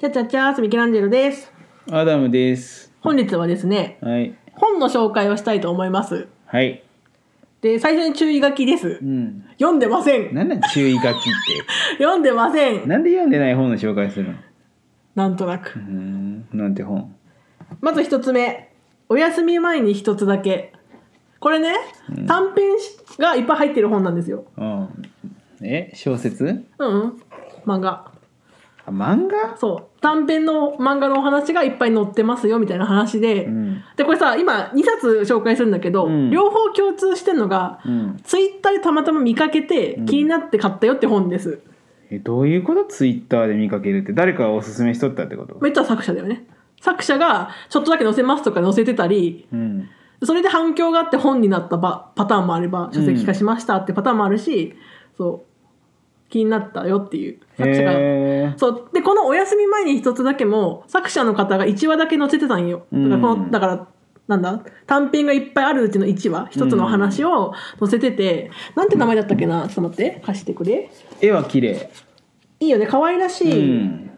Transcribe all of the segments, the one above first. チャチャチャースミケランジェロです。アダムです。本日はですね、はい。本の紹介をしたいと思います。はい。で、最初に注意書きですう。ん。読んでません。なんなん注意書きっ読んでませて。ん。 なんで読んでない本の紹介するのなんとなうく。ーん。なんて本。まず一つ目。お休み前に一つだけ。これね、短編がいっぱい入ってる本なんですよ。うん。え小説うんうん。漫画。あ、漫画そう。短編の漫画のお話がいっぱい載ってますよ、みたいな話で。うん。で、これさ、今2冊紹介するんだけど、うん両方共通してんのが、うん。ツイッターでたまたま見かけてうん気になって買ったよって本です、え、どういうことツイッターで見かけるって。誰かがおすすめしとったってことめっちゃ作者だよね作者がちょっとだけ載せますとか載せてたりうん。そそれで反響があって本になったばパターンもあれば書籍化しましたってパターンもあるし、そう気になったよっていう作者が。へーそうでこの「お休み前に一つだけ」も作者の方が1話だけ載せてたんよ、うんだからこのだからなんだ短編がいっぱいあるうちの1話一つのお話を載せてて、なんて名前だったっけなちょっと待って貸してくれ絵は綺麗。いいよね可愛らしういん。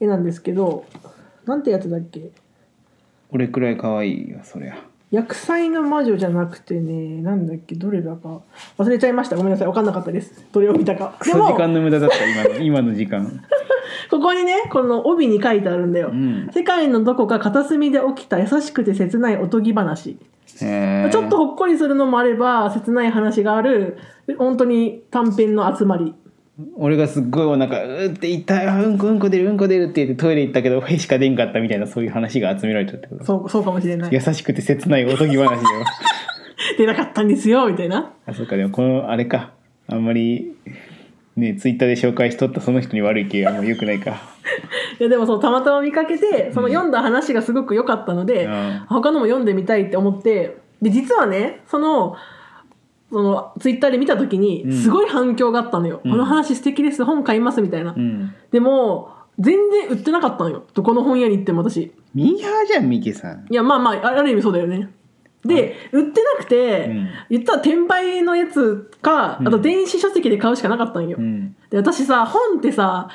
絵なんですけど、なんてやつだっけ俺くらい可愛いよ、そりゃ。薬剤の魔女じゃなくてねなんだっけどれだか忘れちゃいましたごめんなさい分かんなかったですどれを見たかクでソも時間の無駄だった、今の。今の時間。ここにねこの帯に書いてあるんだよ、うん世界のどこか片隅で起きた優しくて切ないおとぎ話 へーちょっと。ほっこりするのもあれば切ない話がある本当に短編の集まり俺がすっごいお腹うーって痛いあうんこうんこ出るうんこ出るって言ってトイレ行ったけどへしか出んかったみたいなそういう話が集められちゃってことそうそうかもしれない優しくて切ないおとぎ 話よ出なかったんですよみたいなあそっかでもこのあれかあんまりねツイッターで紹介しとったその人に悪い気あんまよくないかいやでもそうたまたま見かけてその読んだ話がすごく良かったので、うん他のも読んでみたいって思ってで実はねそのそのツイッターで見た時にうんすごい反響があったのよ、うんこの話素敵です本買いますみたいな、うんでも全然売ってなかったのよどこの本屋に行っても私ミーハーじゃんミケさんいやまあまああある意味そうだよねで、売ってなくて、うん言ったら転売のやつかあうとん電子書籍で買うしかなかったんよ、うんで私さ本ってさ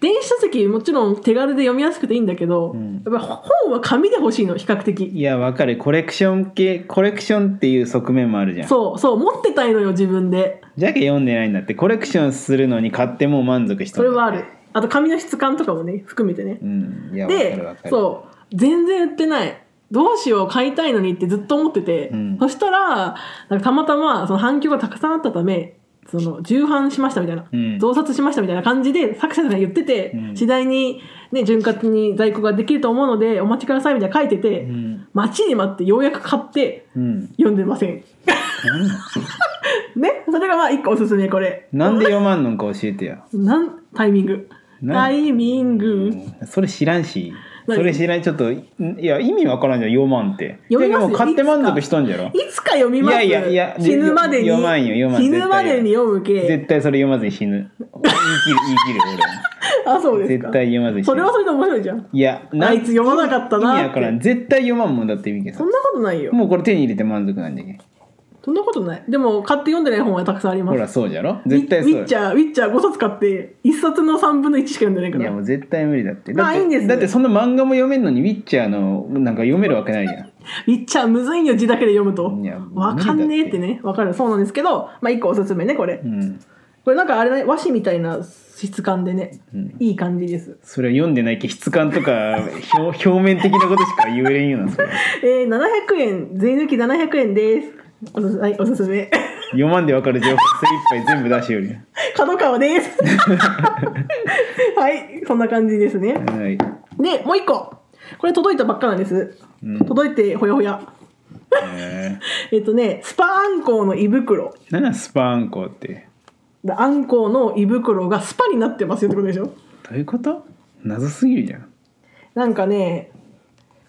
電子書籍もちろん手軽で読みやすくていいんだけど、うんやっぱ本は紙で欲しいの比較的いやわかるコレクション系コレクションっていう側面もあるじゃんそうそう持ってたいのよ自分でじゃけ読んでないんだってコレクションするのに買ってもう満足したそんれだってはあるあと紙の質感とかもね含めてねうんいやわかでるわかるそう全然売ってないどうしよう買いたいのにってずっと思ってて、うんそしたらなんかたまたまその反響がたくさんあったためその重版しましたみたいな、うん増刷しましたみたいな感じで作者さんが言ってて、うん次第に、ね、潤滑に在庫ができると思うのでお待ちくださいみたいな書いてて、うん待ちに待ってようやく買ってうん読んでませんなんなん ねそれがまあ一個おすすめこれなんで読まんのか教えてよ。なんタイミングなタんイミングそれ知らんし。そ何れ知らん、ちょっと、いいや、意味わからんじゃん、読まんって。読みますよでも買って満足しとんじゃろいつか読みますいやいやいや死ぬまでに読まんよ読まん死ぬまでに読むけ絶対それ読まずに死ぬ。言い切る、言い切る、あそう俺。ですか絶対読まずに死そぬれは。それで面白いじゃんいや、あいつ読まなかった意味なわからん。って絶対読まんもんだって、みけさそんなことないよん。もうこれ手に入れて満足なんじゃけん。そんなことないでも買って読んでない本はたくさんありまほすら、そうじゃろ絶対ウそうィウィッチャーウィッチャー5冊買って1冊の3分の1しか読んでないかいや、もらう絶対無理だって。まあだっていいんですだってその漫画も読めんのに、ウィッチャーの、なんか読めるわけないじゃん。ウィッチャーむずいんよ字だけで読むといやわかんねえって無ねわかるそうなんですけどまあ1個おすすめねこれうん。これなんかあれね和紙みたいな質感でね、うんいい感じですそれは読んでないけ質感とか表表面的なことしか言えれんよなそれえー、700円税抜き700円ですおすすはいおすすめ読まんでわかる情報精一杯全部出しより 角川ですはいそんな感じですねはいでもう一個これ届いたばっかなんです、うん届いてほやほやええっ、とねスパアンコウの胃袋ー、なんなんスパアンコってアンコウの胃袋がスパになってますよってことでしょどういうこと謎すぎるじゃんなんかね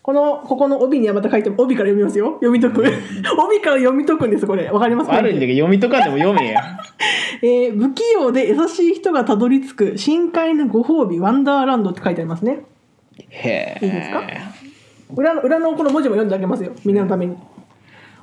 このここの帯にはまた書いても帯から読みますよ読み解く帯から読み解くんですこれわかりますかあるんだけど読みとかんでも読めやえー不器用で優しい人がたどり着く深海のご褒美ワンダーランドって書いてありますねへいいですか裏の裏のこの文字も読んであげますよみんなのために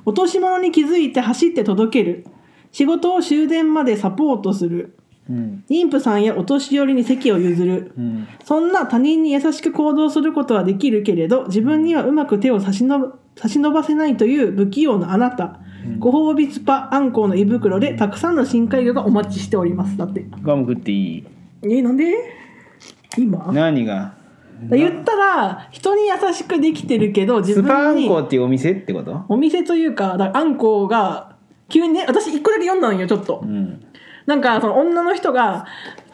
落とし物に気づいて走って届ける仕事を終電までサポートするうん妊婦さんやお年寄りに席を譲るうんそんな他人に優しく行動することはできるけれど自分にはうまく手を差しの差し伸ばせないという不器用なあなた、うんご褒美スパアンコウの胃袋でたくさんの深海魚がお待ちしておりますだってガム食っていいえなんで今何が言ったら人に優しくできてるけど自スパア分ンにコっていうお店ってことお店というかだからあんこうが急にね私一個だけ読んだんよちょっと、うんなんかその女の人が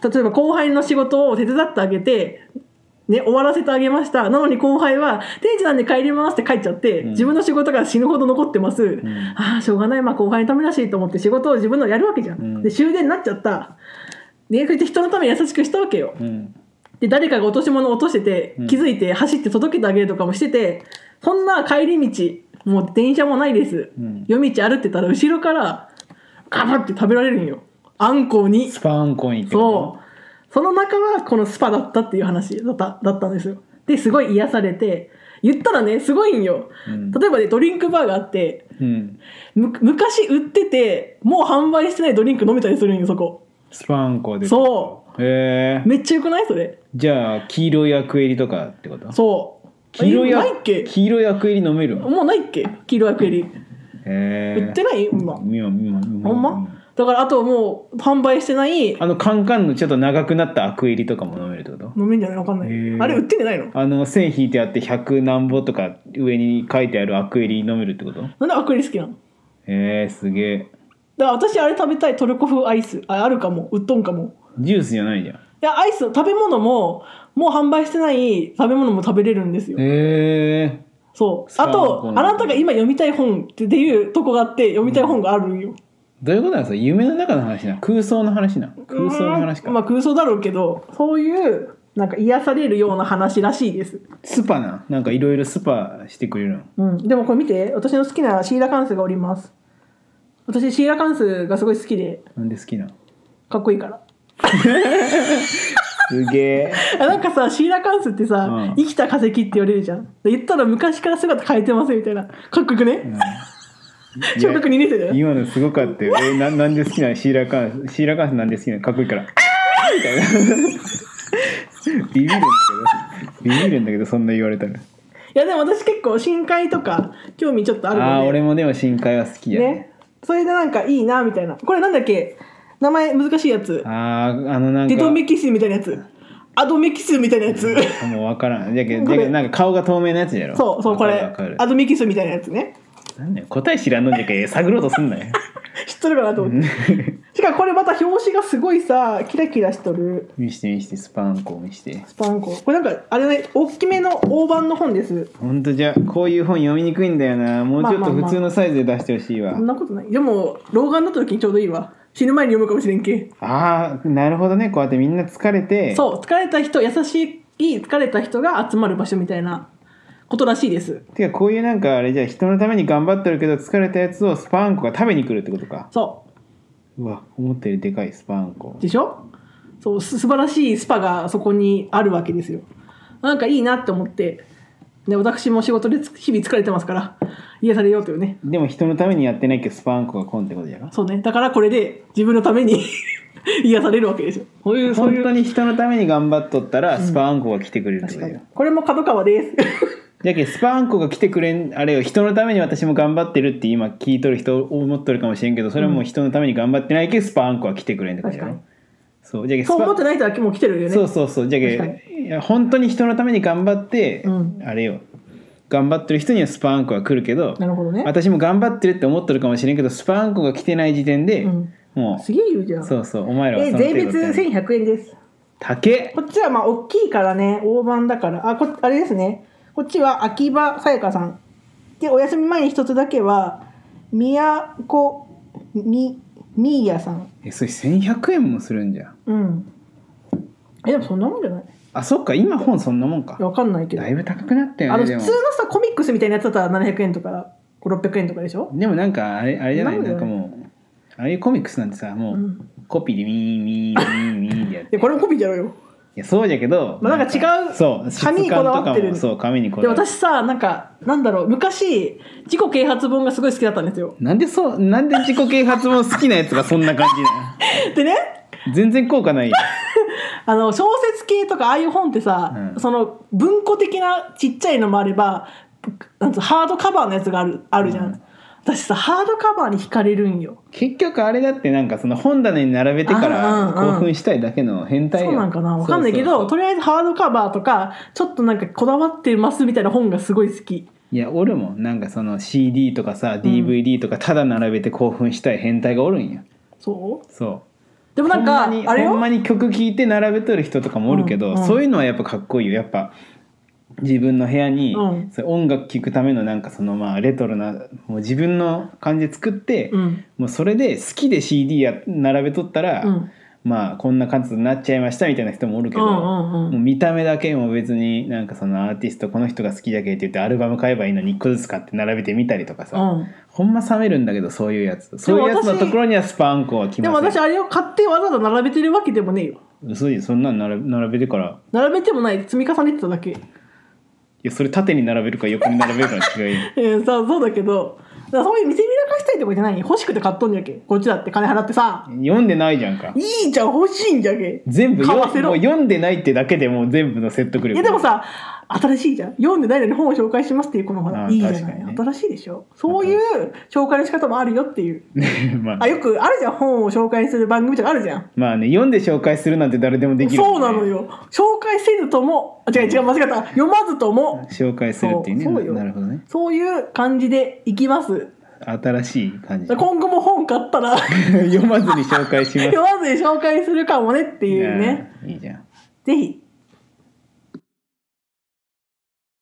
例えば後輩の仕事を手伝ってあげて、ね、終わらせてあげましたなのに後輩は「定時なんで帰ります」って帰っちゃって、うん自分の仕事が死ぬほど残ってます、んああしょうがない、まあ、後輩のためらしいと思って仕事を自分のやるわけじゃん、うんで終電になっちゃったでそれで人のために優しくしたわけよ、うんで誰かが落とし物を落としててうん気づいて走って届けてあげるとかもしてて、そんな帰り道もう電車もないです、うん夜道歩ってたら後ろからガバって食べられるんよあんこうにスパアンコにってそこうその中はこのスパだったっていう話だっただったんですよですごい癒されて言ったらねすごいんよ、うん例えばねドリンクバーがあってとうんむ昔売っててもう販売してないドリンク飲めたりするんよそこスパアンコでそへえめっちゃよくないそれじゃあ黄色いアクエリとかってことそう黄色いえアないっけ黄色いアクエリ飲めるのもうないっけ黄色いアクエリへえ売ってない今みまみまみまほんまだからあともう販売してないあのカンカンのちょっと長くなったアクエリとかも飲めるってこと飲めんじゃないわかんないへーあれ売ってんじゃないのあの線引いてあって100何ぼとか上に書いてあるアクエリ飲めるってことなんでアクエリ好きなのへえすげえだから私あれ食べたいトルコ風アイスああるかも売っとんかもジュースじゃないじゃんいやアイス食べ物ももう販売してない食べ物も食べれるんですよへえそうそうあとあなたが今読みたい本っていうとこがあって読みたい本があるんよどういうことなんですか夢の中の話な空想の話な空想の話うんまかあ空想だろうけどそういうなんか癒されるような話らしいですスパななんかいろいろスパしてくれるのうん、でもこれ見て私の好きなシーラカンスがおります私シーラカンスがすごい好きでなんで好きなのかっこいいからすげえあなんかさシーラカンスってさ、うん生きた化石って言われるじゃんで言ったら昔から姿変えてますみたいなかっこよくね い小や学2年生だよ今のすごかったよ。えななんで好きなのシーラカンス。シーラカンスなんで好きなのかっこいいから。あーみたいな。ビビるんだけど。ビビるんだけど、そんな言われたら。いやでも私結構深海とか興味ちょっとあるのでああー、俺もでも深海は好きや、ね。ねそれでなんかいいなみたいなこれなんだっけ名前難しいやつああ、あのなんデか。トもメキスみたいなやつアドメキスみたいなやつうわからん。じゃけど、こじれゃけどなんか顔が透明なやつやろ。そうそうこわかるれわかるアドメキスみたいなやつねなんだよ答え知らんのじゃけ探ろうとすんなよ。 知っとるかなと思ってしかもこれまた表紙がすごいさキラキラしとる見して見して、スパンコ見して。スパンコこれなんかあれね大きめの大判の本ですほんとじゃあ、こういう本読みにくいんだよな。もうちょっと普通のサイズで出してほしいわ。そんなことないでも老眼だった時にちょうどいいわ死ぬ前に読むかもしれんけああ、なるほどね。こうやってみんな疲れて。そう疲れた人優しい疲れた人が集まる場所みたいなことらしいですてかこういうなんかあれじゃあ人のために頑張ってるけど疲れたやつをスパンコが食べに来るってことかそうわ思ったよりでかいスパンコうでしょそうす素晴らしいスパがそこにあるわけですよなんかいいなって思ってで私も仕事でつ日々疲れてますから癒されようというねでも人のためにやってないけどスパンコが来んってことやろそうね。だからこれで自分のために 癒されるわけですよ。そういう、そうい本う。当に人のために頑張っとったらスパンコが来てくれるって確こかとやにろ。これも角川です。じゃけスパンコが来てくれんあれよ人のために私も頑張ってるって今聞いとる人思っとるかもしれんけどそれはもう人のために頑張ってないけどスパンコは来てくれんってことや確ろかそうじゃけスパそう思ってない人はもう来てるよね。そうそうそうじゃけ確いや本当に人のために頑張って、うんあれよ頑張ってる人にはスパンコが来るけどなるほどね。私も頑張ってるって思ってるかもしれんけどスパンコが来てない時点で、うんもすげえ言うじゃ。うんそうそうお前らはえその税程別度だよ1100円です。高えこっちはまあ大きいからね、大判だから。あ、こあれですね。こっちは秋葉さやかさん。で、お休み前に一つだけは、宮古み、みーやさん。えそれ1100円もするんじゃんうん。え、でもそんなもんじゃないあそっか今本そんなもんかいやわかんないけどだ。いぶ高くなったよあのね普で通のもさコミックスみたいなやつだったら700円とか600円とかでしょ、でもなんかあれあれじゃないなんなだよんかもうああいうコミックスなんてさもう、うん、コピーでミーミーミーミーでやっでてこれもコピーじゃろよいやそうじゃけど、まあなんか違うそう質感紙にとこだわかってるもそう紙にこでだわって私さなんかなんだろう昔自己啓発本がすごい好きだったんですよなんでそうなんで自己啓発も好きなやつがそんな感じなでね 全然効果ないよあの小説系とかああいう本ってさ、うんその文庫的なちっちゃいのもあればなんつうハードカバーのやつがあるあるじゃん、うん私さハードカバーに惹かれるんよ結局あれだってなんかその本棚に並べてかあーらうんうん興奮したいだけの変態よそうなんかなわかんないけどそうそうそうとりあえずハードカバーとかちょっとなんかこだわってますみたいな本がすごい好きいやおるもんなんかその CD とかさ DVD とかただ並べて興奮したい変態がおるんやそうそうでもなんかほんまにあれほんよまに曲聴いて並べとる人とかもおるけど、うんうんそういうのはやっぱかっこいいよやっぱ自分の部屋に、うんそう音楽聴くためのなんかそのまあレトロなもう自分の感じで作って、うんもうそれで好きで CD や並べとったら、うんまあこんな感じになっちゃいましたみたいな人もおるけうど、んうんうもうん見た目だけも別になんかそのアーティストこの人が好きだけって言ってアルバム買えばいいのに1個ずつ買って並べてみたりとかさ、うんほんま冷めるんだけどそういうやつそういうやつのところにはスパンコは来でまもせん私あれを買ってわざわざ並べてるわけでもねえよ嘘でそんなん並べ並べてから並べてもない積み重ねてただけいやそれ縦に並べるか横に並べるかの違いえー、そうそうだけどだからそういう見せびらかしたいとかじゃない欲しくて買っとんじゃけこっちだって金払ってさ読んでないじゃんかいいじゃん欲しいんじゃけ全部買よわせろもう読んでないってだけでもう全部の説得力いやでも さ新しいじゃん読んでないのに本を紹介しますっていうこのほらあいいじゃない、確かにね新しいでしょそういう紹介の仕方もあるよっていうまああよくあるじゃん本を紹介する番組とかあるじゃんまあね読んで紹介するなんて誰でもできるもそうんねなのよ紹介せずともあ違う違う間違った読まずとも紹介するっていうねそうそうよなるほどねそういう感じでいきます新しい感じ今後も本買った ら 読まずに紹介します 読まずに紹介するかもねっていうねいやいいじゃんぜひ